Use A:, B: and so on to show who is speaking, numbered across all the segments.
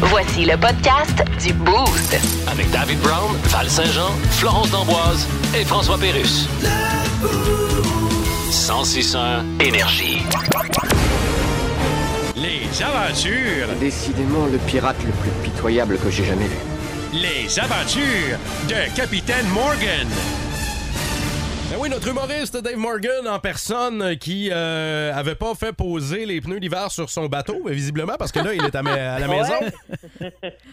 A: Voici le podcast du Boost.
B: Avec David Brown, Val Saint-Jean, Florence D'Amboise et François Pérus. 1061 Énergie.
C: Les aventures,
D: Décidément le pirate le plus pitoyable que j'ai jamais vu.
C: les aventures de Capitaine Morgan.
E: Ben oui, notre humoriste Dave Morgan en personne qui euh, avait pas fait poser les pneus d'hiver sur son bateau, visiblement, parce que là, il est à, ma- à la maison.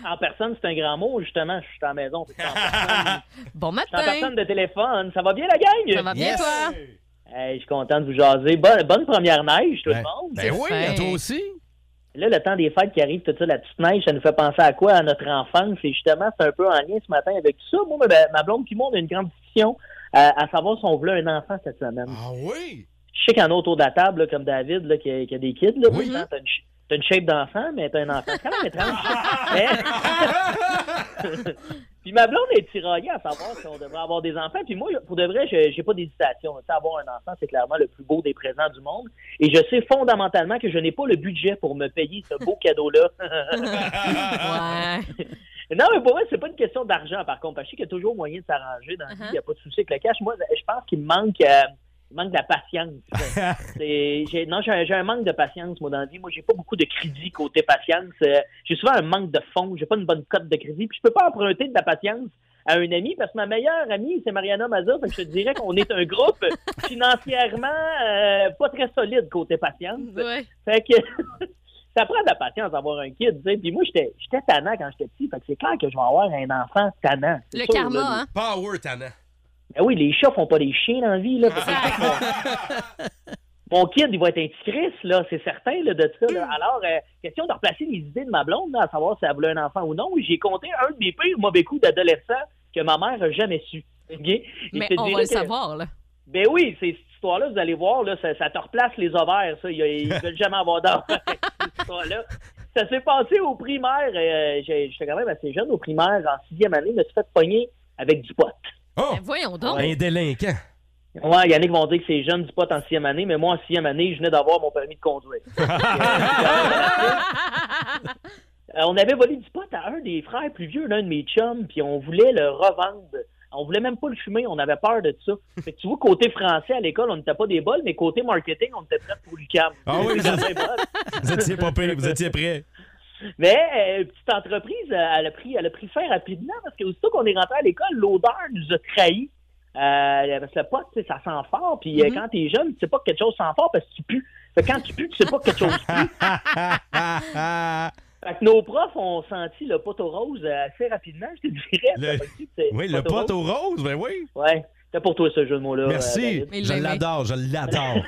F: En personne, c'est un grand mot, justement. Je suis à la maison. c'est ça, en personne.
G: Bon
F: Je suis en
G: matin.
F: personne de téléphone. Ça va bien, la gang?
G: Ça va bien, toi?
F: Hey, je suis content de vous jaser. Bonne, bonne première neige, tout
E: Ben-
F: le monde.
E: Ben oui,
G: fin.
E: à toi aussi.
F: Là, le temps des fêtes qui arrive, tout ça, la petite neige, ça nous fait penser à quoi? À notre enfance. Et justement, c'est un peu en lien ce matin avec tout ça. Moi, ben, ma blonde puis moi, on a une grande discussion euh, à, à savoir si on voulait un enfant cette semaine.
E: Ah oui?
F: Je sais qu'il y en a autour de la table, là, comme David, là, qui, a, qui a des kids. Là,
E: Oui.
F: Pourtant, T'as une, ch- t'as une shape d'enfant, mais t'as un enfant. C'est quand même étrange. Mais- Puis ma blonde est tiraillée à savoir si on devrait avoir des enfants. Puis moi, pour de vrai, je- j'ai pas d'hésitation. Tu sais, avoir un enfant, c'est clairement le plus beau des présents du monde. Et je sais fondamentalement que je n'ai pas le budget pour me payer ce beau cadeau-là.
G: Ouais.
F: Non, mais pour moi, c'est pas une question d'argent, par contre. Parce que je sais qu'il y a toujours moyen de s'arranger dans la vie. Il n'y a pas de souci avec le cash. Moi, je pense qu'il me manque, euh, il manque de la patience. C'est- j'ai- non, j'ai un, j'ai un manque de patience, moi, dans la vie. Moi, j'ai pas beaucoup de crédit côté patience. Euh, J'ai souvent un manque de fonds. J'ai pas une bonne cote de crédit. Puis je peux pas emprunter de la patience à un ami parce que ma meilleure amie, c'est Mariana Maza. Fait que je te dirais qu'on est un groupe financièrement euh, pas très solide côté patience.
G: Ouais.
F: Fait que ça prend de la patience d'avoir un kid, tu sais. Puis moi, j'étais j'étais tannant quand j'étais petit. Fait que c'est clair que je vais avoir un enfant tannant. c'est
G: Le
F: sûr,
G: karma,
F: là.
G: hein?
E: Power, Tana.
F: Ben oui, les chats font pas des chiens dans la vie, là. Fait que c'est sûr que mon... mon kid, il va être un petit Chris, là. C'est certain, là, de ça. là.
G: Hmm.
F: Alors, euh, question de replacer les idées de ma blonde, là, à savoir si elle voulait un enfant ou non. J'ai compté un de mes pires mauvais coups d'adolescent que ma mère a jamais su. OK? Et
G: Mais
F: je te
G: on
F: dirais
G: va le
F: que-
G: savoir, là.
F: ben oui, c'est cette histoire-là, vous allez voir, là, ça, ça te replace les ovaires, ça. Ils, ils veulent jamais avoir d'or. cette histoire-là. Ça s'est passé au primaire. euh, j'ai- J'étais quand même assez jeune au primaire. En sixième année, je me suis fait pogner avec du pot.
E: Oh!
G: Ben, voyons donc.
E: Un délinquant.
F: Ouais, Yannick vont dire que c'est jeune du pot en sixième année, mais moi, en sixième année, je venais d'avoir mon permis de conduire. Euh, on avait volé du pot à un des frères plus vieux, l'un de mes chums, puis on voulait le revendre. On voulait même pas le fumer, on avait peur de ça. Fait que tu vois, côté français à l'école, on n'était pas des bols, mais côté marketing, on était prêts pour l'UQAM.
E: Ah oui,
F: C'est certain, bon.
E: Vous étiez pas pire, vous étiez prêt.
F: Mais euh, petite entreprise, euh, elle a pris, elle a pris fin rapidement parce que aussitôt qu'on est rentré à l'école, l'odeur nous a trahis. Euh, parce que le pot, tu sais, ça sent fort. Puis euh,
E: Mm-hmm.
F: quand t'es jeune, tu sais pas que quelque chose sent fort parce que tu pues. Fait que quand tu pues, tu sais pas que quelque chose pue. Fait que nos profs ont senti le pot aux roses euh, assez rapidement, je te dirais.
E: Le-
F: Fait que tu sais,
E: Oui, le pot aux roses, ben oui.
F: roses. Ouais, c'était pour toi ce jeu de mots-là. euh,
E: Merci.
F: David.
G: Il
E: Je
G: l'a aimé.
E: l'adore, je l'adore.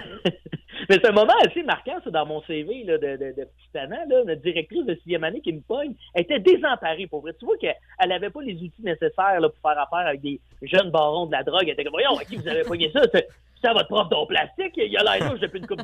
F: Mais c'est un moment assez marquant, ça, dans mon CV là, de, de, de petit talent. Là, notre directrice de sixième année qui me pogne elle était désemparée, pour vrai. Tu vois qu'elle n'avait pas les outils nécessaires là, pour faire affaire avec des jeunes barons de la drogue. Elle était comme, voyons, à qui vous avez pogné ça? C'est c'est à votre prof d'or plastique? Il a l'air louche depuis une coupe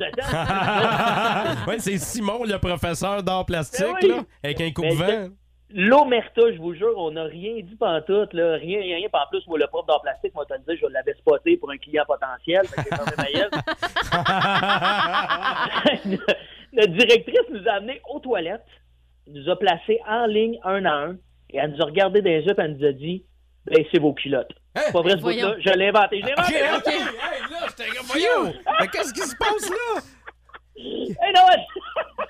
F: de temps.
E: ouais, c'est Simon, le professeur d'art plastique,
F: Ben oui.
E: là, avec un coupe-vent.
F: L'omerta, je vous jure, on n'a rien dit pantoute, là. Rien, rien, rien. Puis En plus, moi, le prof d'or plastique, moi, t'as dit, je l'avais spoté pour un client potentiel. Fait que j'ai fermé ma gueule. Notre directrice nous a amenés aux toilettes, nous a placés en ligne un à un, et elle nous a regardé dans les yeux, puis elle nous a dit Baissez vos culottes. C'est pas vrai, ce
G: Voyons.
F: bout-là. Je l'ai inventé. Je l'ai inventé.
E: Ok, Hein? Ah, ok. Hey, là, j'étais comme, voyons, mais qu'est-ce qui se passe là?
F: Hey, non, ouais.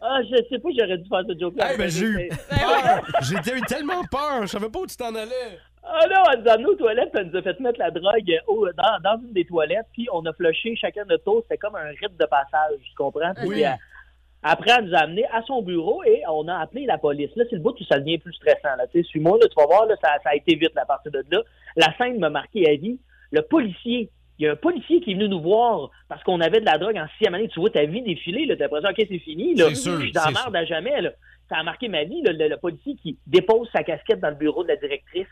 F: Ah, je sais pas, j'aurais dû faire ce joke-là.
E: Hey, ben, j'ai eu peur. J'ai eu tellement peur, je savais pas où tu t'en allais.
F: Ah non, elle nous a amenés aux toilettes, puis elle nous a fait mettre la drogue euh, au- dans, dans une des toilettes, puis on a flushé chacun notre tour. C'était comme un rite de passage, tu comprends? Puis
E: Oui.
F: euh, après, elle nous a amenés à son bureau et on a appelé la police. Là, c'est le bout où ça devient plus stressant. Là. Tu sais, Suis-moi, là, tu vas voir, là, ça, ça a été vite là, à partir de là. La scène m'a marqué à vie. Le policier, il y a un policier qui est venu nous voir parce qu'on avait de la drogue en sixième année. Tu vois ta vie défiler, là, t'as l'impression, OK, c'est fini, là.
E: C'est sûr,
F: Je suis dans
E: c'est
F: la merde à jamais, là. Ça a marqué ma vie, là, le, le policier qui dépose sa casquette dans le bureau de la directrice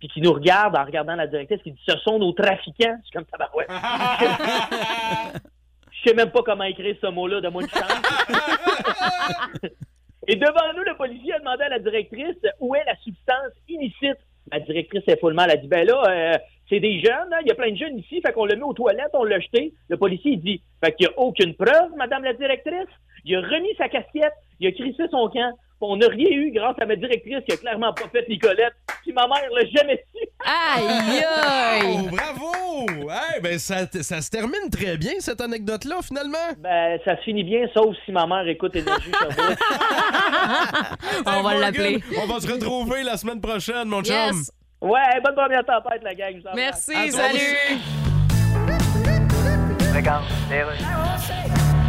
F: puis qui nous regarde en regardant la directrice, qui dit ce sont nos trafiquants. Je suis comme tabarouette. Je sais même pas comment écrire ce mot-là de moi de chance. Et devant nous, le policier a demandé à la directrice où est la substance illicite. La directrice est follement, elle a dit ben là, euh, c'est des jeunes, hein, il y a plein de jeunes ici, fait qu'on le met aux toilettes, on l'a jeté. Le policier il dit fait qu'il n'y a aucune preuve, madame la directrice. Il a remis sa casquette, il a crissé son camp. On n'a rien eu grâce à ma directrice qui a clairement pas fait Nicolette. Puis ma mère l'a jamais su.
G: Aïe,
E: Oh,
G: aïe.
E: bravo! Hey, ben ça, ça se termine très bien, cette anecdote-là, finalement.
F: Ben, ça se finit bien, sauf si ma mère écoute Énergie Sherbrooke.
E: Hey,
G: On va
E: Morgan,
G: l'appeler.
E: On va se retrouver la semaine prochaine, mon chum.
G: Yes.
F: Ouais, bonne première tempête, la gang. je vous embrasse.
G: Merci,
E: Ah, toi
G: salut.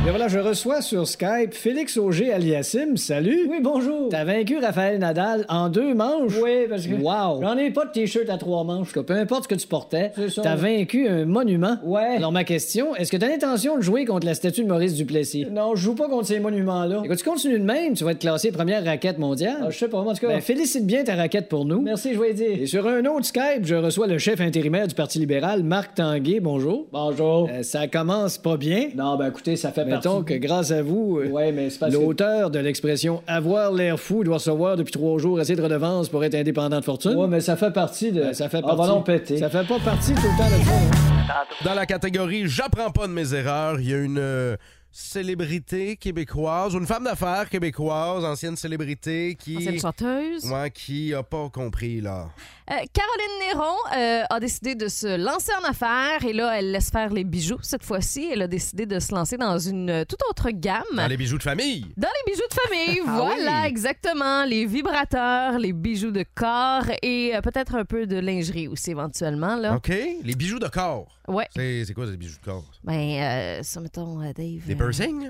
H: Et voilà, je reçois sur Skype Félix Auger aliassim. Salut. Oui, bonjour. T'as vaincu Raphaël Nadal en deux manches. Oui, parce que. Wow. J'en ai pas de t-shirt à trois manches. Peu importe ce que tu portais, t'as vaincu un monument. Ouais. Alors, ma question, est-ce que t'as l'intention de jouer contre la statue de Maurice Duplessis? Non, je joue pas contre ces monuments-là. Écoute, tu continues de même, tu vas être classé première raquette mondiale. Ben, je sais pas, en tout cas. félicite bien ta raquette pour nous. Merci, je vais dire. Et sur un autre Skype, je reçois le chef intérimaire du Parti libéral, Marc Tanguay. Bonjour. Bonjour. ça commence pas bien. Non, ben écoutez, ça fait Mettons que grâce à vous, euh, l'auteur de l'expression avoir l'air fou doit recevoir depuis trois jours assez de redevances pour être indépendant de fortune. Ouais, mais ça fait partie de. Ah, ça fait partie. Ça fait pas partie tout le temps de ça. hein.
E: Dans la catégorie J'apprends pas de mes erreurs, il y a une euh, célébrité québécoise, ou une femme d'affaires québécoise, ancienne célébrité,
G: Ancienne
E: qui.
G: chanteuse.
E: Ouais, qui a pas compris, là.
G: Euh, Caroline Néron euh, a décidé de se lancer en affaires et là, elle laisse faire les bijoux cette fois-ci. Elle a décidé de se lancer dans une euh, toute autre gamme.
E: Dans les bijoux de famille.
G: Dans les bijoux de famille, voilà,
E: oui.
G: exactement. Les vibrateurs, les bijoux de corps et euh, peut-être un peu de lingerie aussi éventuellement. Là.
E: OK? Les bijoux de corps.
G: Ouais.
E: C'est c'est quoi, les bijoux de corps?
G: Ben, euh, ça, mettons, euh, Dave.
E: Des
G: euh,
E: piercings?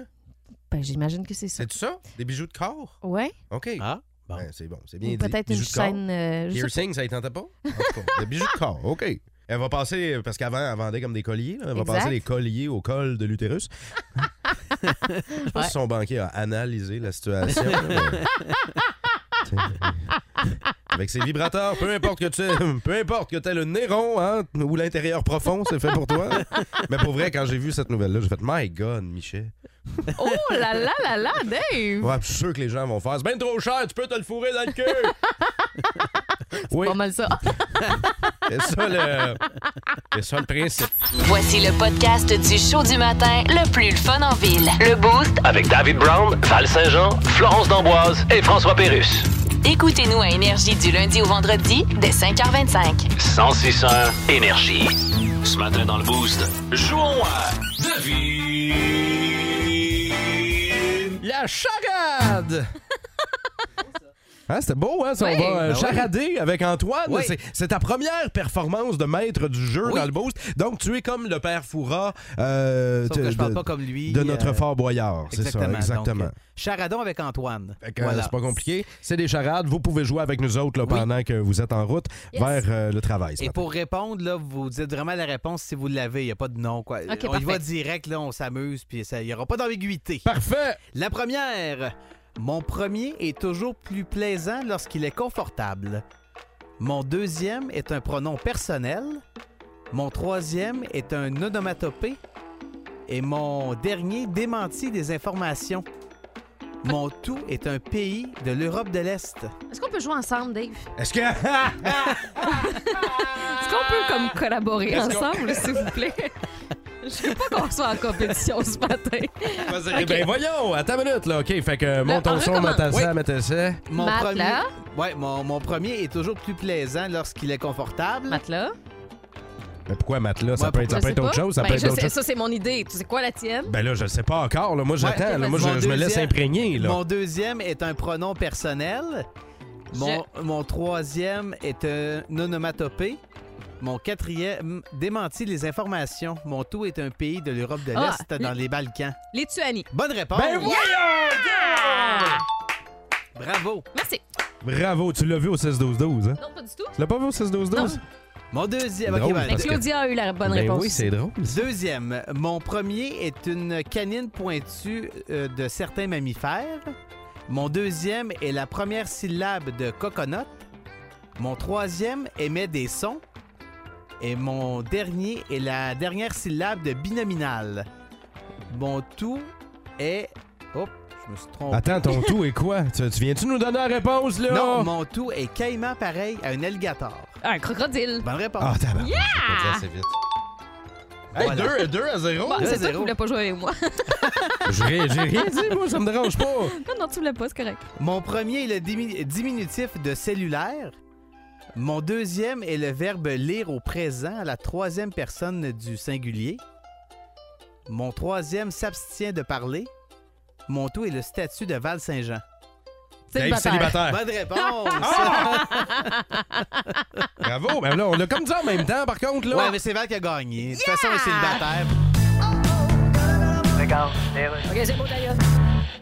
G: ben, j'imagine que c'est ça.
E: C'est ça? Des bijoux de corps?
G: Ouais.
E: OK.
I: Ah, bon.
E: Ouais, c'est bon, c'est bien
G: Ou
E: dit.
G: peut-être une
E: Bijoux de corps.
G: chaîne. euh, je sais
E: Piercing, ça ne tentait pas? En tout cas, des bijoux de corps, OK. Elle va passer, parce qu'avant, elle vendait comme des colliers. là. Elle va
G: Exact.
E: passer les colliers au col de l'utérus. Je sais pas si son banquier a analysé la situation. là, mais- Avec ses vibrateurs, peu importe que tu aies, peu importe que t'aies le nez rond hein, ou l'intérieur profond, c'est fait pour toi. Mais pour vrai, quand j'ai vu cette nouvelle-là, j'ai fait My God, Michel.
G: pas. Oh là là là là, Dave!
E: Ouais, je suis sûr que les gens vont faire C'est bien trop cher, tu peux te le fourrer dans le cul. oui,
G: Pas mal ça.
E: c'est ça le, c'est ça le principe.
A: Voici le podcast du show du matin le plus le fun en ville. Le Boost.
B: Avec David Brown, Val Saint-Jean, Florence D'Amboise et François Pérus.
A: Écoutez-nous à Énergie du lundi au vendredi dès 5h25.
B: 106 énergie. Ce matin dans le boost, jouons à Devine.
E: La charade! Hein, c'était beau, hein? ça,
G: Oui.
E: on va euh,
I: Ben oui.
E: charader avec Antoine.
I: Oui.
E: C'est- C'est ta première performance de maître du jeu
I: Oui.
E: dans le boost. Donc, tu es comme le père Foura euh,
I: Sauf
E: de,
I: que je parle
E: de-
I: pas comme lui.
E: de notre
I: euh,
E: fort boyard. C'est ça,
I: Exactement.
E: exactement.
I: Donc, euh, charadon avec Antoine.
E: Fait que, euh,
I: Voilà.
E: C'est pas compliqué. C'est des charades. Vous pouvez jouer avec nous autres là,
I: Oui.
E: pendant que vous êtes en route
G: Yes.
E: vers euh, le travail. ce
I: Et
E: matin.
I: pour répondre, là, vous dites vraiment la réponse si vous l'avez. Il n'y a pas de non. Quoi. on y
G: parfait.
I: va direct, là, on s'amuse, puis ça- il n'y aura pas d'ambiguïté.
E: Parfait!
I: La première. Mon premier est toujours plus plaisant lorsqu'il est confortable. Mon deuxième est un pronom personnel. Mon troisième est un onomatopée. Et mon dernier démentit des informations. Mon tout est un pays de l'Europe de l'Est.
G: Est-ce qu'on peut jouer ensemble, Dave?
E: Est-ce que.
G: Est-ce qu'on peut comme
E: Ah!
G: collaborer ensemble, s'il vous plaît? Je veux pas qu'on soit en compétition ce matin.
E: Eh Ben voyons, attends une minute, là. OK, fait que monte
G: on
E: ton son,
G: recommence.
E: mets ta
I: Oui.
E: ça, mets ta ça.
I: Mon
G: Matt,
I: premier,
G: là?
I: ouais, mon, mon premier est toujours plus plaisant lorsqu'il est confortable.
G: Matelas?
E: Mais pourquoi matelas? Ça
I: Ouais,
E: peut être, ça
G: Je
E: peut
G: sais
E: être autre
G: pas.
E: chose, ça
G: Ben,
E: peut être
G: je
E: autre
G: sais,
E: chose.
G: Ça, c'est mon idée. Tu sais quoi, la tienne?
E: Ben là, je sais pas encore. Là. Moi, j'attends.
I: ok,
E: là. Moi,
I: vas-y.
E: je, je me
I: Mon
E: laisse
I: deuxième-
E: imprégner. Là.
I: Mon deuxième est un pronom personnel. Mon, mon troisième est un onomatopée. Mon quatrième démentit les informations. Mon tout est un pays de l'Europe de
G: Ah,
I: l'Est dans les Balkans.
G: Lituanie.
I: Bonne réponse.
E: Ben voyons!
I: Bravo.
G: Merci.
E: Bravo, tu l'as vu au 16-12-12. Hein?
G: Non, pas du tout.
E: Tu l'as pas vu au 16-12-12?
I: Mon deuxième.
E: Drôle,
I: ok, ben,
G: Mais
E: Parce que-
G: Claudia a eu la bonne
E: Ben
G: réponse.
E: oui, c'est drôle.
I: Deuxième. Mon premier est une canine pointue euh, de certains mammifères. Mon deuxième est la première syllabe de coconut. Mon troisième émet des sons. Et mon dernier est la dernière syllabe de binominal. Mon tout est. Oh, je me suis trompé.
E: Attends, ton tout est quoi? Tu, tu viens-tu nous donner la réponse, là?
I: Non, mon tout est caïman pareil à un alligator.
G: Un crocodile.
I: Bonne réponse.
E: Ah, tabarnak. Je vais te laisser vite. Hey,
I: Voilà.
E: 2 à 0?
G: Bon, c'est toi qui
I: zéro.
G: voulais pas jouer avec moi.
E: J'ai rien j'ai rien dit, moi, ça me dérange pas.
G: Quand non, tu voulais pas, c'est correct.
I: Mon premier est le dimi- diminutif de cellulaire. Mon deuxième est le verbe lire au présent, à la troisième personne du singulier. Mon troisième s'abstient de parler. Mon tout est le statut de Val-Saint-Jean.
E: Dave célibataire.
I: Bonne réponse!
E: Bravo. Ben là, on l'a comme dit en même temps, par contre, là.
I: ouais, mais c'est Val qui a gagné. De toute façon, il est célibataire.
J: Eh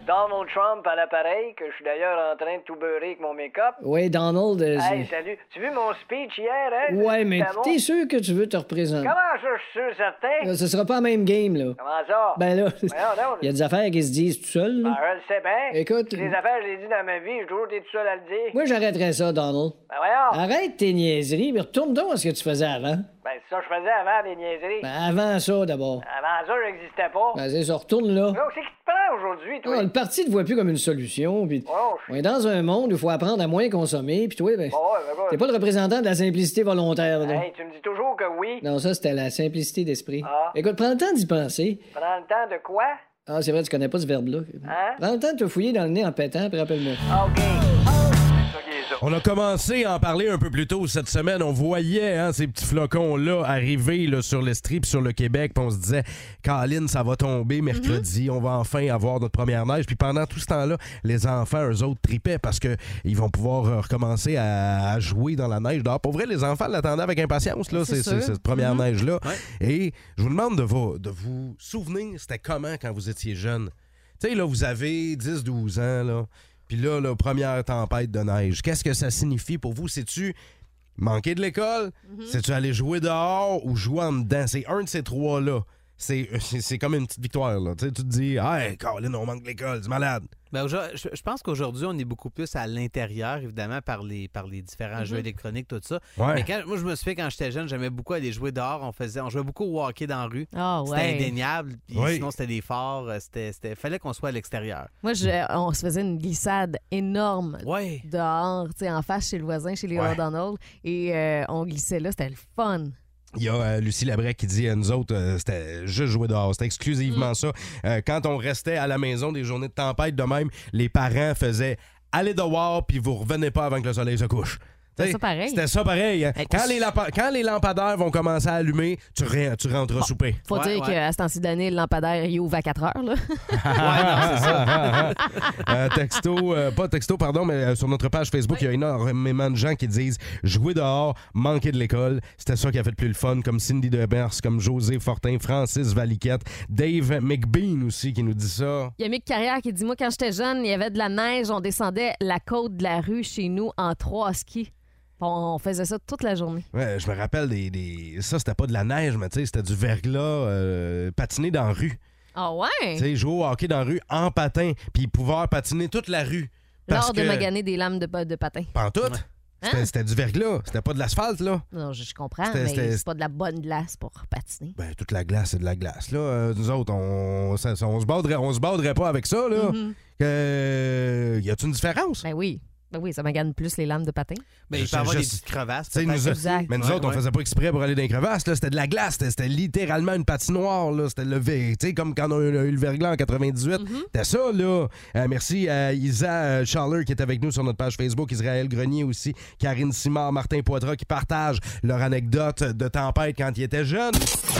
J: Donald Trump à l'appareil, que je suis d'ailleurs en train de tout beurrer avec mon make-up.
H: Ouais, Donald. euh,
J: Hey,
H: c'est-
J: salut. Tu vu mon speech hier, hein?
H: ouais, mais
J: C'était bon?
H: t'es sûr que tu veux te représenter?
J: Comment ça, je suis sûr, certain?
H: Euh, ce sera pas la même game, là.
J: Comment ça?
H: Ben là,
J: Voyons donc.
H: il y a des affaires qui se disent tout seul,
J: Ben,
H: là.
J: je le sais bien.
H: Écoute-
J: Les affaires, je les dit dans ma vie, j'ai toujours été tout seul à le dire.
H: Moi, j'arrêterais ça, Donald.
J: Ben, voyons.
H: Arrête tes niaiseries, mais retourne donc à ce que tu faisais avant.
J: Ben, c'est ça que je faisais avant, des niaiseries.
H: Ben, avant ça, d'abord.
J: Avant ça, j'existais pas.
H: Ben, c'est ça, retourne là.
J: Donc, c'est qui te prend aujourd'hui, toi?
H: Ah, le parti te voit plus comme une solution, puis
J: Oh, je
H: on est dans un monde où il faut apprendre à moins consommer, puis toi, ben,
J: Bon, ouais, ben,
H: t'es
J: bon.
H: pas le représentant de la simplicité volontaire, là.
J: Hey, tu me dis toujours que oui.
H: Non, ça, c'était la simplicité d'esprit.
J: Ah.
H: Écoute, prends le temps d'y penser.
J: Prends le temps de quoi?
H: Ah, c'est vrai, tu connais pas ce verbe-là.
J: Hein?
H: Prends le temps de te fouiller dans le nez en pétant, puis rappelle-moi.
J: Ah, OK. C'est ça qui est ça.
E: On a commencé à en parler un peu plus tôt cette semaine. On voyait hein, ces petits flocons-là arriver là, sur le strip, sur le Québec. Puis on se disait, Caroline, ça va tomber mercredi.
G: Mm-hmm.
E: On va enfin avoir notre première neige. Puis pendant tout ce temps-là, les enfants, eux autres, tripaient parce que ils vont pouvoir euh, recommencer à, à jouer dans la neige. Dehors. Pour vrai, les enfants l'attendaient avec impatience, là,
G: C'est
E: c'est- c'est-
G: sûr.
E: cette première neige-là. Et je vous demande de, vos- de vous souvenir, c'était comment quand vous étiez jeune? Tu sais, là, vous avez 10-12 ans, là. Puis là, la première tempête de neige. Qu'est-ce que ça signifie pour vous? C'est-tu manquer de l'école? C'est-tu aller jouer dehors ou jouer en dedans? C'est un de ces trois-là. C'est c'est- c'est comme une petite victoire, là. Tu sais, tu te dis, hey, Colin, on manque de l'école, c'est malade.
I: Ben, aujourd'hui- je, je pense qu'aujourd'hui, on est beaucoup plus à l'intérieur, évidemment, par les, par les
H: Mm-hmm.
I: différents jeux électroniques, tout ça.
E: Ouais.
I: Mais quand, moi, je me souviens, quand j'étais jeune, j'aimais beaucoup aller jouer dehors. On faisait, on jouait beaucoup au hockey dans la rue.
G: Ah
I: C'était
G: ouais.
I: indéniable. puis
E: Oui.
I: Sinon, c'était des forts. euh, C'était, c'était- fallait qu'on soit à l'extérieur.
G: Moi, je- on se faisait une glissade énorme
I: Oui.
G: dehors, tu sais, en face chez le voisin, chez les
E: Ouais.
G: O'Donnell. Et euh, on glissait là, c'était le fun.
E: Il y a euh, Lucie Labrec qui dit à nous autres, euh, c'était juste jouer dehors. C'était
G: Mm.
E: exclusivement ça. Euh, quand on restait à la maison des journées de tempête, de même, les parents faisaient allez dehors, puis vous revenez pas avant que le soleil se couche. T'sais,
G: C'était ça pareil. Ben,
E: C'était ça pareil. hein.
I: Hey,
E: Quand,
I: tu-
E: les lampa- quand les lampadaires vont commencer à allumer, tu, re- tu rentres à souper.
G: Faut
I: Ouais,
G: dire
I: ouais.
G: qu'à ce temps-ci d'année, le lampadaire, il ouvre à 4 heures. Là.
E: Euh, texto, euh, pas texto, pardon, mais euh, sur notre page Facebook, il y a énormément de gens qui disent jouer dehors, manquer de l'école. C'était ça qui a fait le plus le fun, comme Cindy Debers, comme José Fortin, Francis Valiquette, Dave McBean aussi qui nous dit ça.
G: Il y a Mick Carrière qui dit Moi, quand j'étais jeune, il y avait de la neige, on descendait la côte de la rue chez nous en trois skis. On on faisait ça toute la journée.
E: Ouais, je me rappelle des. des- Ça, c'était pas de la neige, mais tu sais, c'était du verglas euh, patiné dans la rue.
G: Ah ouais?
E: Tu sais, jouer au hockey dans la rue en patin, puis pouvoir patiner toute la rue. Parce
G: Lors de
E: que-
G: maganer des lames de, pa- de patin.
E: Pantoute. C'était-
G: Hein?
E: C'était du verglas, c'était pas de l'asphalte, là.
G: Non, je, je comprends,
E: C'était-
G: mais
E: c'était-
G: c'est pas de la bonne glace pour patiner.
E: Ben, toute la glace, c'est de la glace. Là, Euh, nous autres, on, ça- ça- on se borderait, on se borderait pas avec ça. Là.
I: Mm-hmm.
E: Euh, y a-t-il une différence?
G: Ben oui. Ben oui, ça magane plus les lames de patin.
I: Mais ben,
E: Je-
I: il peut y avoir
E: je-
I: des petites crevasses.
E: Tu sais,
I: peut-être.
E: nous-
G: Exact.
E: mais nous
I: Ouais,
E: autres, on
I: ouais.
E: faisait pas exprès pour aller dans les crevasses. là. C'était de la glace. C'était- C'était littéralement une patinoire. là. C'était levé. Tu sais, comme quand on a eu le verglas en 98.
I: Mm-hmm.
E: C'était ça, là. Euh, merci à Isa euh, Schaller qui est avec nous sur notre page Facebook. Israël Grenier aussi. Karine Simard, Martin Poitras qui partagent leur anecdote de tempête quand ils étaient jeunes.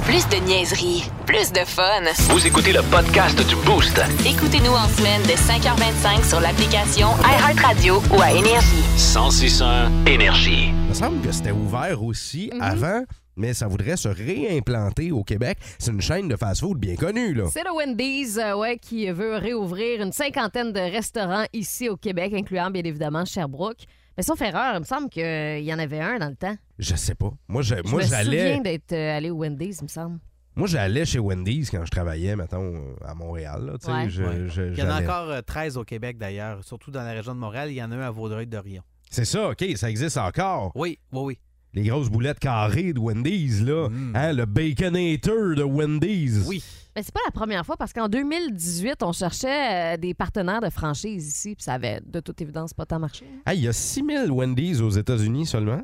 A: Plus de niaiserie, plus de fun.
B: Vous écoutez le podcast du Boost.
A: Écoutez-nous en semaine de 5h25 sur l'application iHeartRadio ou à Énergie.
B: 1061 Énergie.
E: Il me semble que c'était ouvert aussi
G: Mhm.
E: avant, mais ça voudrait se réimplanter au Québec. C'est une chaîne de fast-food bien connue, là.
G: C'est le Wendy's euh, ouais, qui veut réouvrir une cinquantaine de restaurants ici au Québec, incluant bien évidemment Sherbrooke. Mais sauf erreur, il me semble qu'il y en avait un dans le temps.
E: Je sais pas. Moi, je-
G: Je
E: moi
G: me
E: j'allais
G: souviens d'être euh, allé au Wendy's, il me semble.
E: moi j'allais chez Wendy's quand je travaillais, mettons, euh, à Montréal. Là, tu sais,
G: Ouais.
E: je-
I: Ouais.
E: je-
I: Il y en a
E: j'allais.
I: encore euh, 13 au Québec, d'ailleurs, surtout dans la région de Montréal. Il y en a un à Vaudreuil-Dorion.
E: C'est ça, OK, ça existe encore.
I: Oui, oui, oui.
E: Les grosses boulettes carrées de Wendy's, là.
I: Mm.
E: Hein, le Baconator de Wendy's.
I: Oui.
G: Mais Ben, c'est pas la première fois parce qu'en 2018, on cherchait euh, des partenaires de franchise ici, puis ça avait de toute évidence pas tant marché.
E: Hey, Il y a 6000 Wendy's aux États-Unis seulement.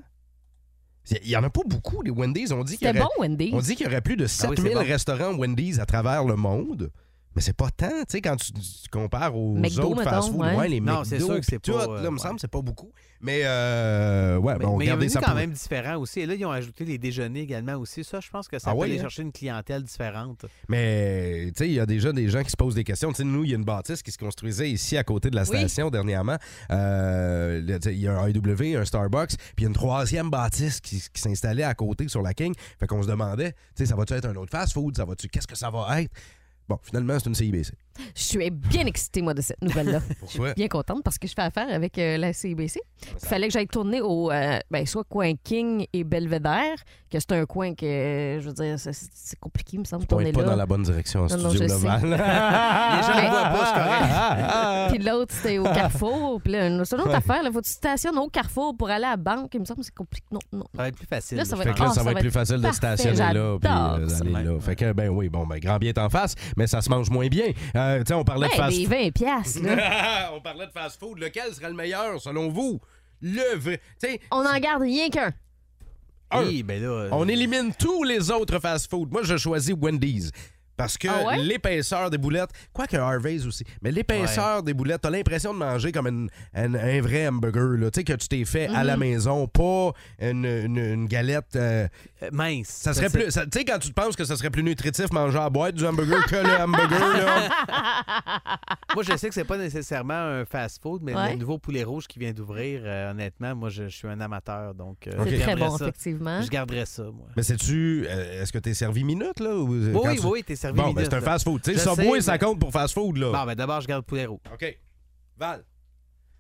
E: C'est- Il y en a pas beaucoup, les Wendy's. On dit qu'il y
G: C'était
E: aurait,
G: bon, Wendy.
E: on dit qu'il y aurait plus de
I: Ah oui, c'est
E: 7000
I: bon.
E: restaurants Wendy's à travers le monde. Mais c'est pas tant, tu sais, quand tu, tu compares aux
G: McDo,
E: autres
G: mettons,
E: fast-food,
G: ouais.
E: les
I: Non, c'est
E: McDo,
I: sûr que
E: pis
I: c'est
E: tout,
I: pas, euh,
E: là, me
I: ouais.
E: semble, c'est pas beaucoup. Mais, euh, ouais,
I: Mais,
E: bon,
I: mais il y a un
E: regardez
I: menu
E: ça
I: quand
E: pour-
I: même différent aussi. Et là, ils ont ajouté les déjeuners également aussi. Ça, je pense que ça
E: Ah
I: peut
E: ouais,
I: aller
E: hein?
I: chercher une clientèle différente.
E: Mais, tu sais, il y a déjà des gens qui se posent des questions. Tu sais, nous, il y a une bâtisse qui se construisait ici à côté de la
G: Oui.
E: station dernièrement. Euh, le- tu sais, il y a un IW, un Starbucks, puis il y a une troisième bâtisse qui, qui s'installait à côté sur la King. Fait qu'on se demandait, tu sais, ça va-tu être un autre fast-food? Ça va-tu... Qu'est-ce que ça va être? Bon, finalement, c'est une CIBC.
G: Je suis bien excitée, moi, de cette nouvelle-là.
E: Pourquoi?
G: bien contente parce que je fais affaire avec euh, la CIBC. Il fallait que j'aille tourner au euh, ben, soit coin King et Belvedere, que c'est un coin que, euh, je veux dire, c'est- c'est compliqué, il me semble, de
E: On
G: tourner
E: est pas
G: là.
E: dans la bonne direction en
G: Non, non,
E: studio
G: je sais.
E: Laval.
I: Les gens ne
G: Mais- Ah,
I: voient pas, c'est correct.
G: Puis l'autre, c'était au Carrefour. Puis là, c'est une autre affaire. Il faut que tu stationnes au Carrefour pour aller à la banque. Il me semble que c'est compliqué. Non, non.
I: Ça va être plus facile.
G: Là, ça
I: je
G: va
E: Fait
I: pense.
E: que là,
G: Ah,
E: ça, va être plus facile de
G: parfait,
E: stationner là,
G: j'adore
E: puis euh,
G: ça.
E: d'aller là. Fait que, ben oui, bon, ben, grand bien t'en face, mais ça se mange moins bien. Euh, tu sais, on parlait de
G: Ouais,
E: fast
G: Ben, des 20 piastres, là.
E: on parlait de fast-food. Lequel serait le meilleur, selon vous? Le vrai. Tu sais,
G: On en garde rien qu'un.
E: un.
I: Oui, ben là, euh,
E: on élimine tous les autres fast-food. Moi, je choisis Wendy's. Parce que
G: Ah ouais?
E: l'épaisseur des boulettes, quoique Harvey's aussi, mais l'épaisseur des boulettes, t'as l'impression de manger comme une- une- un vrai hamburger, là, tu sais, que tu t'es fait à
I: Mhm.
E: la maison, pas une, une- une galette. euh,
I: euh, mince.
E: ça serait
I: c'est-
E: plus. ça- Tu sais, quand tu te penses que ça serait plus nutritif manger à boîte du hamburger que le hamburger, là.
I: Moi, je sais que c'est pas nécessairement un fast-food, mais
G: Ouais.
I: le nouveau poulet rouge qui vient d'ouvrir, euh, honnêtement, moi, je, je suis un amateur, donc euh,
E: Ok.
I: je
G: C'est très
I: garderais
G: bon,
I: ça.
G: effectivement.
I: Je garderais ça, moi.
E: Mais sais-tu, euh, est-ce que t'es servi minute, là? ou-
I: Oui,
E: euh, Ben, quand
I: oui,
E: tu-
I: oui, t'es servi.
E: Bon,
I: minute,
E: ben, c'est un
I: là.
E: fast-food. Tu sais,
I: Je
E: Subway,
I: sais,
E: ça
I: mais-
E: compte pour fast-food, là.
I: Bon, ben d'abord, je garde le poulet rouge.
E: OK. Val.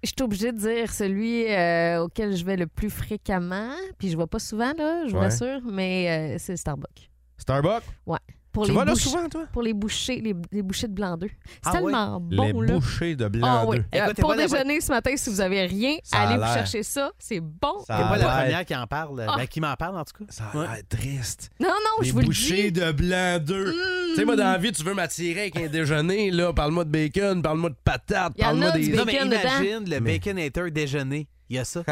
G: Je suis obligée de dire celui euh, auquel je vais le plus fréquemment. Puis je vois pas souvent, là, je vous
E: Ouais.
G: rassure, mais euh, c'est le Starbucks.
E: Starbucks.
G: Pour
E: Tu
G: les
E: vas là
G: bouch-
E: souvent, toi?
G: Pour les bouchées, les, les bouchées de blanc d'œuf. C'est
I: Ah
G: tellement
E: les
G: bon, là.
E: bouchées de blanc
G: Ah oui.
E: d'œuf.
G: Euh,
I: Écoute, t'es
G: pour
I: pas la-
G: déjeuner ce matin, si vous avez rien,
E: Ça a
G: allez vous
E: l'air.
G: chercher ça. C'est bon.
E: Ça
I: T'es
E: a
I: pas la
E: l'air-
I: première qui en parle,
G: Ah.
I: ben, qui m'en parle en tout cas.
E: Ça a l'air triste.
G: Non, non,
E: les
G: Oh, je vous le
E: bouchées
G: dis. Mm.
E: de blanc d'œuf. Tu sais, moi, dans la vie, tu veux m'attirer avec un déjeuner, là. Parle-moi de bacon, parle-moi de patates,
G: Y en
E: parle-moi
G: a du
E: des...
I: Non, mais
G: Bacon dedans.
I: imagine le
E: Mais-
I: baconator déjeuner. Il y a ça.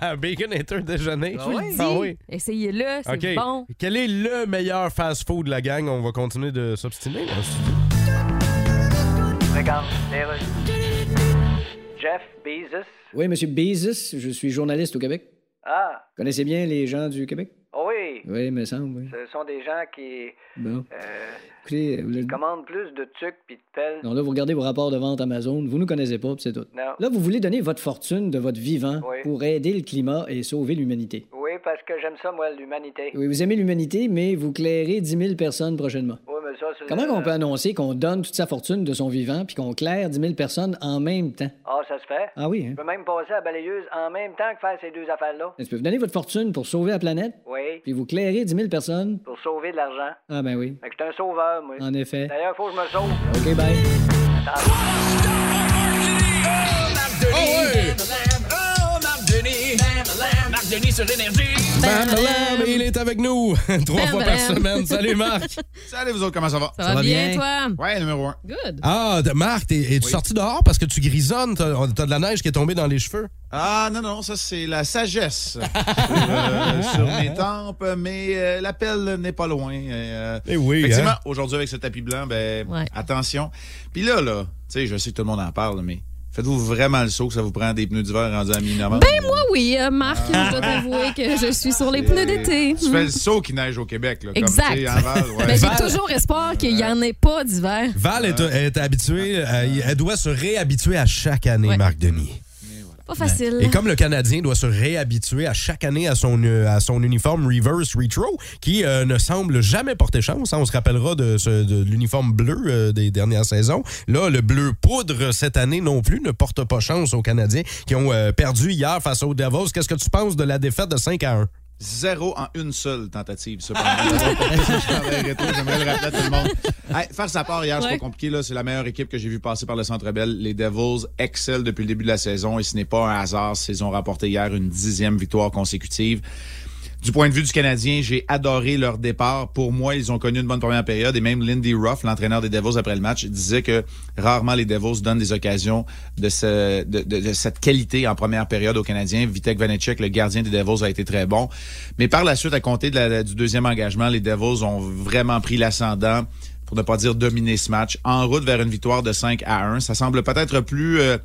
E: Ah, bacon est un déjeuner.
G: Je vous le dis.
E: Ah oui.
G: Essayez-le, c'est
E: OK.
G: bon.
E: Quel est le meilleur fast-food de la gang? On va continuer de s'obstiner. là.
J: Jeff Bezos.
H: Oui, Monsieur Bezos, je suis journaliste au Québec.
J: Ah,
H: Connaissez bien les gens du Québec?
J: oui.
H: Oui, me semble, oui.
J: Ce sont des gens qui
H: Bon.
J: euh,
H: Écoutez, vous-
J: commandent plus de tucs puis de pelles.
H: non, là, vous regardez vos rapports de vente Amazon, vous nous connaissez pas, puis c'est tout.
J: Non.
H: Là, vous voulez donner votre fortune de votre vivant
J: Oui.
H: pour aider le climat et sauver l'humanité.
J: Oui, parce que j'aime ça, moi, l'humanité.
H: Oui, vous aimez l'humanité, mais vous clairez 10 000 personnes prochainement.
J: Oui, Oh, mais ça, c'est...
H: Comment on peut annoncer qu'on donne toute sa fortune de son vivant puis qu'on claire 10 000 personnes en même temps?
J: Ah, ça se fait.
H: Ah oui, hein?
J: Je peux même passer à la balayeuse en même temps que faire ces deux affaires-là.
H: Est-ce que vous donnez votre fortune pour sauver la planète
J: Oui,
H: puis vous clairez 10 000 personnes?
J: pour sauver de l'argent.
H: Ah ben oui,
J: Fait que je suis un sauveur, moi.
H: en effet.
J: D'ailleurs, faut que je me sauve.
H: OK, bye.
E: Oh, Bam, bam, il est avec nous trois
G: Bam,
E: fois par
G: bam.
E: semaine. Salut Marc.
K: Salut vous autres, comment ça va?
G: Ça, va bien, toi?
K: Ouais, numéro un.
G: Good.
E: Ah, de Marc, t'es- es-tu sorti dehors parce que tu grisonnes? T'as on- t'as de la neige qui est tombée dans les cheveux.
K: Ah non, non, ça c'est la sagesse sur, euh, sur mes tempes, mais euh, l'appel n'est pas loin. Et, euh,
E: Eh oui,
K: Effectivement,
E: hein?
K: aujourd'hui avec ce tapis blanc, ben
G: Ouais.
K: attention. Puis là, là, tu sais, je sais que tout le monde en parle, mais faites-vous vraiment le saut que ça vous prend des pneus d'hiver rendus à mi-novembre?
L: Ben moi oui, euh, Marc, je dois t'avouer que je suis sur les pneus d'été.
K: Ah, Tu fais le saut qui neige au Québec, là,
L: Exact.
K: comme tu sais, en Val, ouais.
L: Mais
G: Ben,
L: j'ai toujours espoir qu'il n'y en ait pas d'hiver.
E: Val est, est habituée, euh, elle doit se réhabituer à chaque année,
L: Ouais.
E: Marc Denis.
L: Pas facile.
E: Et comme le Canadien doit se réhabituer à chaque année à son, euh, à son uniforme reverse retro, qui euh, ne semble jamais porter chance. hein. On se rappellera de, ce- de l'uniforme bleu euh, des dernières saisons. Là, le bleu poudre cette année non plus ne porte pas chance aux Canadiens qui ont euh, perdu hier face aux Davos. Qu'est-ce que tu penses de la défaite de 5 à 1?
K: Zéro en une seule tentative, cependant. Je travaillerai tôt, J'aimerais le rappeler à tout le monde. Hey, faire sa part hier, c'est
L: Ouais.
K: pas compliqué. là. C'est la meilleure équipe que j'ai vue passer par le Centre Bell. Les Devils excellent depuis le début de la saison et ce n'est pas un hasard s'ils ont rapporté hier une dixième victoire consécutive. Du point de vue du Canadien, j'ai adoré leur départ. Pour moi, ils ont connu une bonne première période et même Lindy Ruff, l'entraîneur des Devils après le match, disait que rarement les Devils donnent des occasions de, ce- de- de- de cette qualité en première période aux Canadiens. Vitek Vanecek, le gardien des Devils, a été très bon. Mais par la suite, à compter de la- du deuxième engagement, les Devils ont vraiment pris l'ascendant pour ne pas dire dominer ce match, en route vers une victoire de 5 à 1. Ça semble peut-être plus euh,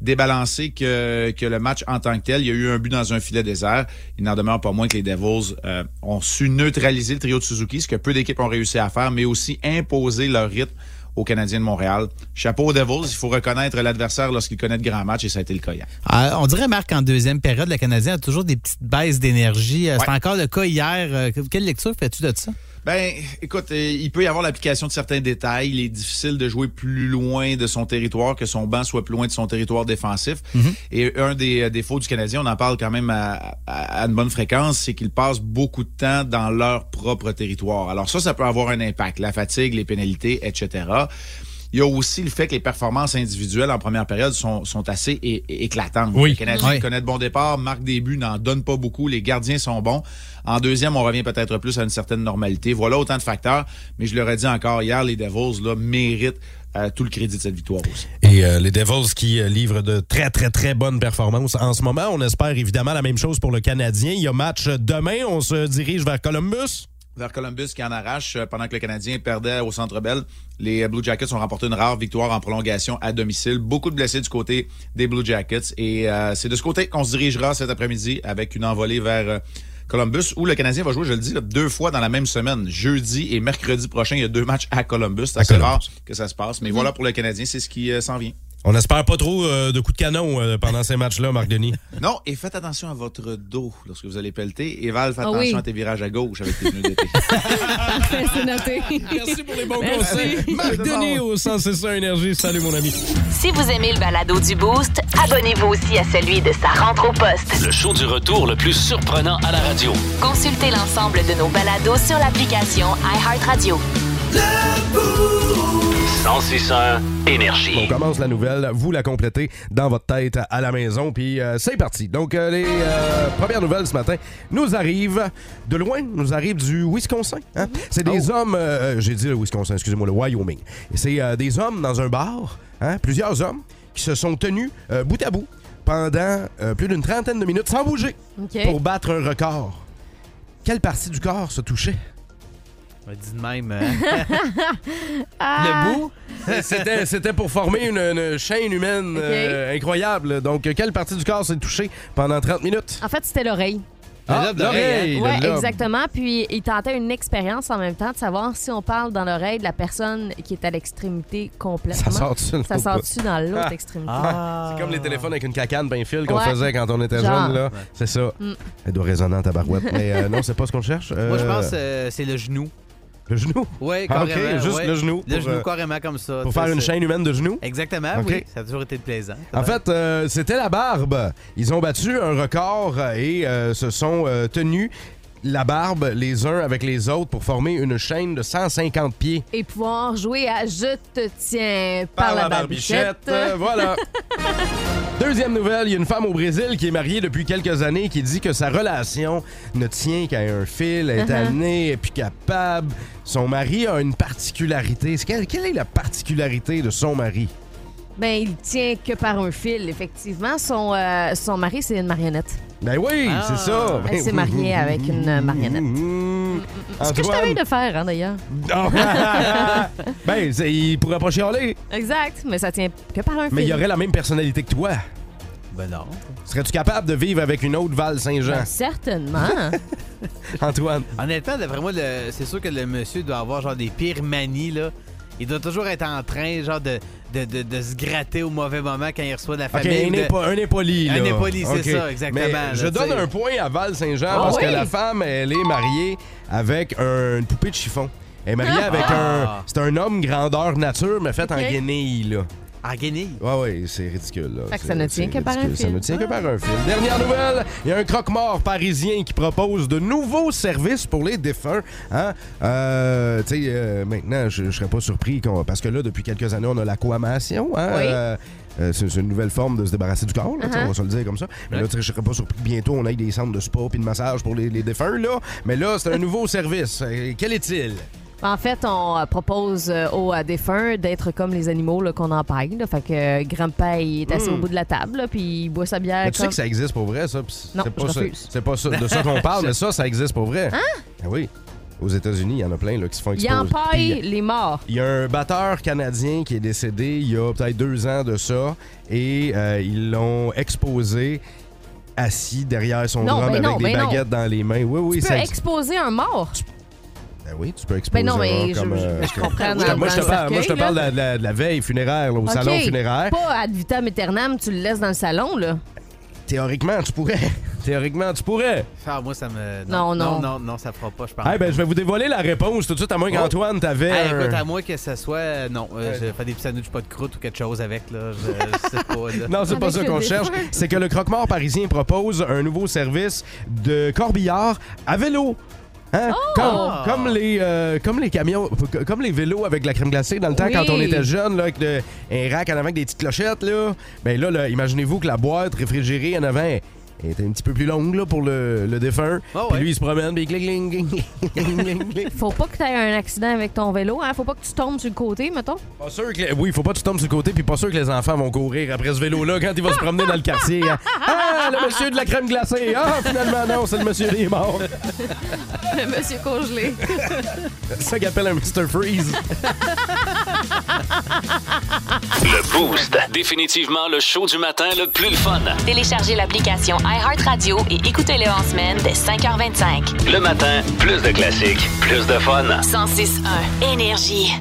K: débalancé que, que le match en tant que tel. Il y a eu un but dans un filet désert. Il n'en demeure pas moins que les Devils euh, ont su neutraliser le trio de Suzuki, ce que peu d'équipes ont réussi à faire, mais aussi imposer leur rythme aux Canadiens de Montréal. Chapeau aux Devils, il faut reconnaître l'adversaire lorsqu'il connaît de grands matchs et ça a été le cas hier.
I: Ah, on dirait, Marc, qu'en deuxième période, le Canadien a toujours des petites baisses d'énergie. Euh, C'est
K: Ouais.
I: encore le cas hier. Euh, que- Quelle lecture fais-tu de ça?
K: Ben, écoute, euh, il peut y avoir l'application de certains détails. Il est difficile de jouer plus loin de son territoire, que son banc soit plus loin de son territoire défensif.
I: Mhm.
K: Et un des euh, défauts du Canadien, on en parle quand même à, à- à une bonne fréquence, c'est qu'ils passent beaucoup de temps dans leur propre territoire. Alors ça, ça peut avoir un impact. La fatigue, les pénalités, etc. Il y a aussi le fait que les performances individuelles en première période sont, sont assez é- é- éclatantes.
I: Oui.
K: Les Canadiens
I: Oui.
K: connaît de bons départs, marque des buts, n'en donne pas beaucoup. Les gardiens sont bons. En deuxième, on revient peut-être plus à une certaine normalité. Voilà autant de facteurs. Mais je l'aurais dit encore hier, les Devils là, méritent euh, tout le crédit de cette victoire aussi.
E: Et euh, les Devils qui euh, livrent de très, très, très bonnes performances en ce moment. On espère évidemment la même chose pour le Canadien. Il y a match euh, demain. On se dirige vers Columbus.
K: vers Columbus qui en arrache euh, pendant que le Canadien perdait au Centre Bell. Les euh, Blue Jackets ont remporté une rare victoire en prolongation à domicile. Beaucoup de blessés du côté des Blue Jackets et euh, c'est de ce côté qu'on se dirigera cet après-midi avec une envolée vers euh, Columbus où le Canadien va jouer, je le dis, là, deux fois dans la même semaine, jeudi et mercredi prochain. Il y a deux matchs à Columbus. C'est assez rare que ça se passe, mais voilà pour le Canadien, c'est ce qui euh, s'en vient.
E: On espère pas trop euh, de coups de canon euh, pendant ces matchs-là, Marc-Denis.
K: Non, et faites attention à votre dos lorsque vous allez pelleter. Et Val, fais
G: Ah
K: attention
G: oui.
K: à tes virages à gauche avec tes pneus d'été.
G: Parfait, c'est noté.
E: Merci pour les bons
G: conseils.
E: Marc-Denis au sens, c'est ça, énergie. Salut, mon ami.
A: Si vous aimez le balado du Boost, abonnez-vous aussi à celui de sa rentre au poste.
B: Le show du retour le plus surprenant à la radio.
A: Consultez l'ensemble de nos balados sur l'application iHeartRadio.
B: 1061 Énergie.
E: On commence la nouvelle, vous la complétez dans votre tête à la maison, puis euh, c'est parti. Donc, euh, les euh, premières nouvelles ce matin nous arrivent de loin, nous arrivent du Wisconsin. hein. C'est des hommes, euh, j'ai dit le Wisconsin, excusez-moi, le Wyoming. Et C'est euh, des hommes dans un bar, hein, plusieurs hommes, qui se sont tenus euh, bout à bout pendant euh, plus d'une trentaine de minutes sans bouger
G: OK.
E: pour battre un record. Quelle partie du corps se touchait?
I: On dit de même. hein.
G: Ah.
I: Le bout?
E: C'était, c'était pour former une, une chaîne humaine euh, incroyable. Donc, quelle partie du corps s'est touchée pendant 30 minutes?
G: En fait, c'était l'oreille.
E: Ah,
I: lobe d'oreille,
E: l'oreille,
G: Oui,
E: le lobe.
G: exactement. Puis, il tentait une expérience en même temps de savoir si on parle dans l'oreille de la personne qui est à l'extrémité complètement.
E: Ça sort-tu? là,
G: Ça
E: ou
G: sort-tu
E: pas? Ah.
G: dans l'autre extrémité?
E: C'est comme les téléphones avec une cacane ben fil qu'on
G: Ouais.
E: faisait quand on était
G: Genre.
E: jeune, là. C'est ça.
G: Mm.
E: Elle doit résonner en tabarouette. Mais euh, non, c'est pas ce qu'on cherche.
I: Moi, je
E: Euh,
I: pense euh, c'est le genou.
E: Le genou?
I: Oui,
E: Ah,
I: carrément.
E: OK, juste
I: ouais.
E: le genou.
I: Le
E: pour,
I: genou,
E: euh,
I: carrément comme ça.
E: Pour
I: Tu sais,
E: faire une
I: c'est-
E: chaîne humaine de genoux?
I: Exactement,
E: OK.
I: oui. Ça a toujours été plaisant.
E: En fait, euh, c'était la barbe. Ils ont battu un record euh, et euh, se sont euh, tenus la barbe les uns avec les autres pour former une chaîne de 150 pieds.
G: Et pouvoir jouer à Je te tiens par, la, barbichette.
E: euh, voilà. Deuxième nouvelle, il y a une femme au Brésil qui est mariée depuis quelques années qui dit que sa relation ne tient qu'à un fil, elle est
M: Uh-huh.
E: amenée, elle est plus capable. Son mari a une particularité. C'est Quelle, quelle est la particularité de son mari?
G: Ben, il tient que par un fil, effectivement. Son, euh, son mari, c'est une marionnette.
E: Ben oui, c'est ça.
G: Ah. Elle s'est mariée avec une marionnette.
E: Mm-hmm. Ah,
G: Ce euh, que je t'avais de faire, hein, d'ailleurs.
E: ben, c'est- il pourrait pas chialer,
G: Exact, mais ça tient que par un fil.
E: mais il aurait la même personnalité que toi.
I: Ben non.
E: Serais-tu capable de vivre avec une autre Val Saint-Jean?
G: Ben, certainement.
E: Antoine.
I: Honnêtement, d'après moi, le- c'est sûr que le monsieur doit avoir genre des pires manies, là. Il doit toujours être en train, genre, de, de, de, de se gratter au mauvais moment quand il reçoit de la
E: OK,
I: famille.
E: un,
I: ou de-
E: épo- un impoli,
I: Un
E: là.
I: impoli, c'est
E: OK.
I: ça, exactement.
E: Mais
I: là,
E: je donne
I: tu sais.
E: un point à Val Saint-Jean
I: Ah
E: parce que
I: oui?
E: la femme, elle est mariée avec un- une poupée de chiffon. Elle est mariée
I: Ah!
E: avec
I: Ah!
E: un. C'est un homme grandeur nature, mais fait
G: OK.
E: en guenille, là.
I: En guenille.
E: Ouais, ouais, c'est ridicule. là.
G: Fait que
E: C'est-
G: ça ne
E: c'est
G: tient que par un Ah.
E: ridicule. Ça
G: fil.
E: ne tient que par un fil. Dernière nouvelle, il y a un croque-mort parisien qui propose de nouveaux services pour les défunts. Hein? Euh, tu sais, euh, maintenant, je ne serais pas surpris qu'on- parce que là, depuis quelques années, on a l'aquamation. Hein?
M: Oui.
E: Euh, euh, c'est c'est une nouvelle forme de se débarrasser du corps, là, tu sais,
M: Uh-huh.
E: on va se le dire comme ça. Mais là, tu sais, je serais pas surpris que bientôt on ait des centres de spa puis de massage pour les, les défunts, là. Mais là, c'est un nouveau service. Euh, Quel est-il?
G: En fait, on euh, propose euh, aux euh, défunts d'être comme les animaux là, qu'on empaille. Là. Fait que euh, Grandpa il est assis
E: Mm.
G: au bout de la table, là, puis il boit sa bière.
E: Mais tu sais
G: comme-
E: que ça existe pour vrai, ça. pis c'est-
G: Non,
E: c'est pas
G: je
E: ça-
G: refuse.
E: C'est pas ça- de ça qu'on parle, mais ça, ça existe pour vrai.
G: Hein?
E: Ah oui. Aux États-Unis, il y en a plein là, qui se font
G: Il
E: exposer.
G: empaille
E: Puis,
G: les morts.
E: Il y a un batteur canadien qui est décédé il y a peut-être deux ans de ça et euh, ils l'ont exposé assis derrière son
G: Non,
E: drum
G: ben
E: avec
G: non,
E: des
G: ben non.
E: baguettes dans les mains. Oui, oui,
G: tu peux
E: ça existe.
G: exposer un mort.
E: Ben oui, tu peux exposer.
G: Ben non, mais
E: un
G: je-
E: comme,
G: je-
E: euh,
G: je comprends
E: Moi,
G: dans-
E: moi, je
G: dans
E: te
G: le
E: parle, moi, je te parle
G: cercueil,
E: de
G: là.
E: la, de la- de la veille funéraire, là, au salon
G: OK.
E: funéraire.
G: Pas ad vitam aeternam, tu le laisses dans le salon, là.
E: Théoriquement, tu pourrais. Théoriquement, tu pourrais.
I: Ah, moi, ça me.
G: Non,
I: non.
G: non.
I: Non, non, ça fera pas, je pense. Oh.
E: Eh ben, je vais vous dévoiler la réponse tout de suite, à moins qu'Antoine t'avait.
I: Hey,
E: un-
I: écoute, à moi que ce soit. euh, non, euh, je fais des petits sandwichs pas de croûte ou quelque chose avec, là. Je, je sais pas. là.
E: Non, c'est pas ça qu'on cherche. C'est que le croque-mort parisien propose un nouveau service de corbillard à vélo. Hein?
I: Ah!
E: Comme, comme les, euh, comme les camions, comme les vélos avec de la crème glacée dans le temps
M: Oui.
E: quand on était jeune, là, avec le- un rack en avant avec des petites clochettes. Là. Ben là, là, imaginez-vous que la boîte réfrigérée en avant était un petit peu plus longue là, pour le, le défunt.
I: Oh,
E: Puis lui, il se promène, puis il clic, clic, clic, clic, clic, clic.
G: Faut pas que tu aies un accident avec ton vélo, hein? Faut pas que tu tombes sur le côté, mettons.
E: Pas sûr que, oui, faut pas que tu tombes sur le côté, puis pas sûr que les enfants vont courir après ce vélo-là quand il va se promener dans le quartier. hein. Ah, le monsieur de la crème glacée! Ah, finalement, non, c'est le monsieur des morts.
G: Monsieur congelé.
E: C'est ça qu'appelle un Mr. Freeze.
B: Le Boost. Définitivement le show du matin le plus le fun.
A: Téléchargez l'application iHeartRadio et écoutez-le en semaine dès 5h25.
B: Le matin, plus de classiques, plus de fun.
A: 106.1 Énergie.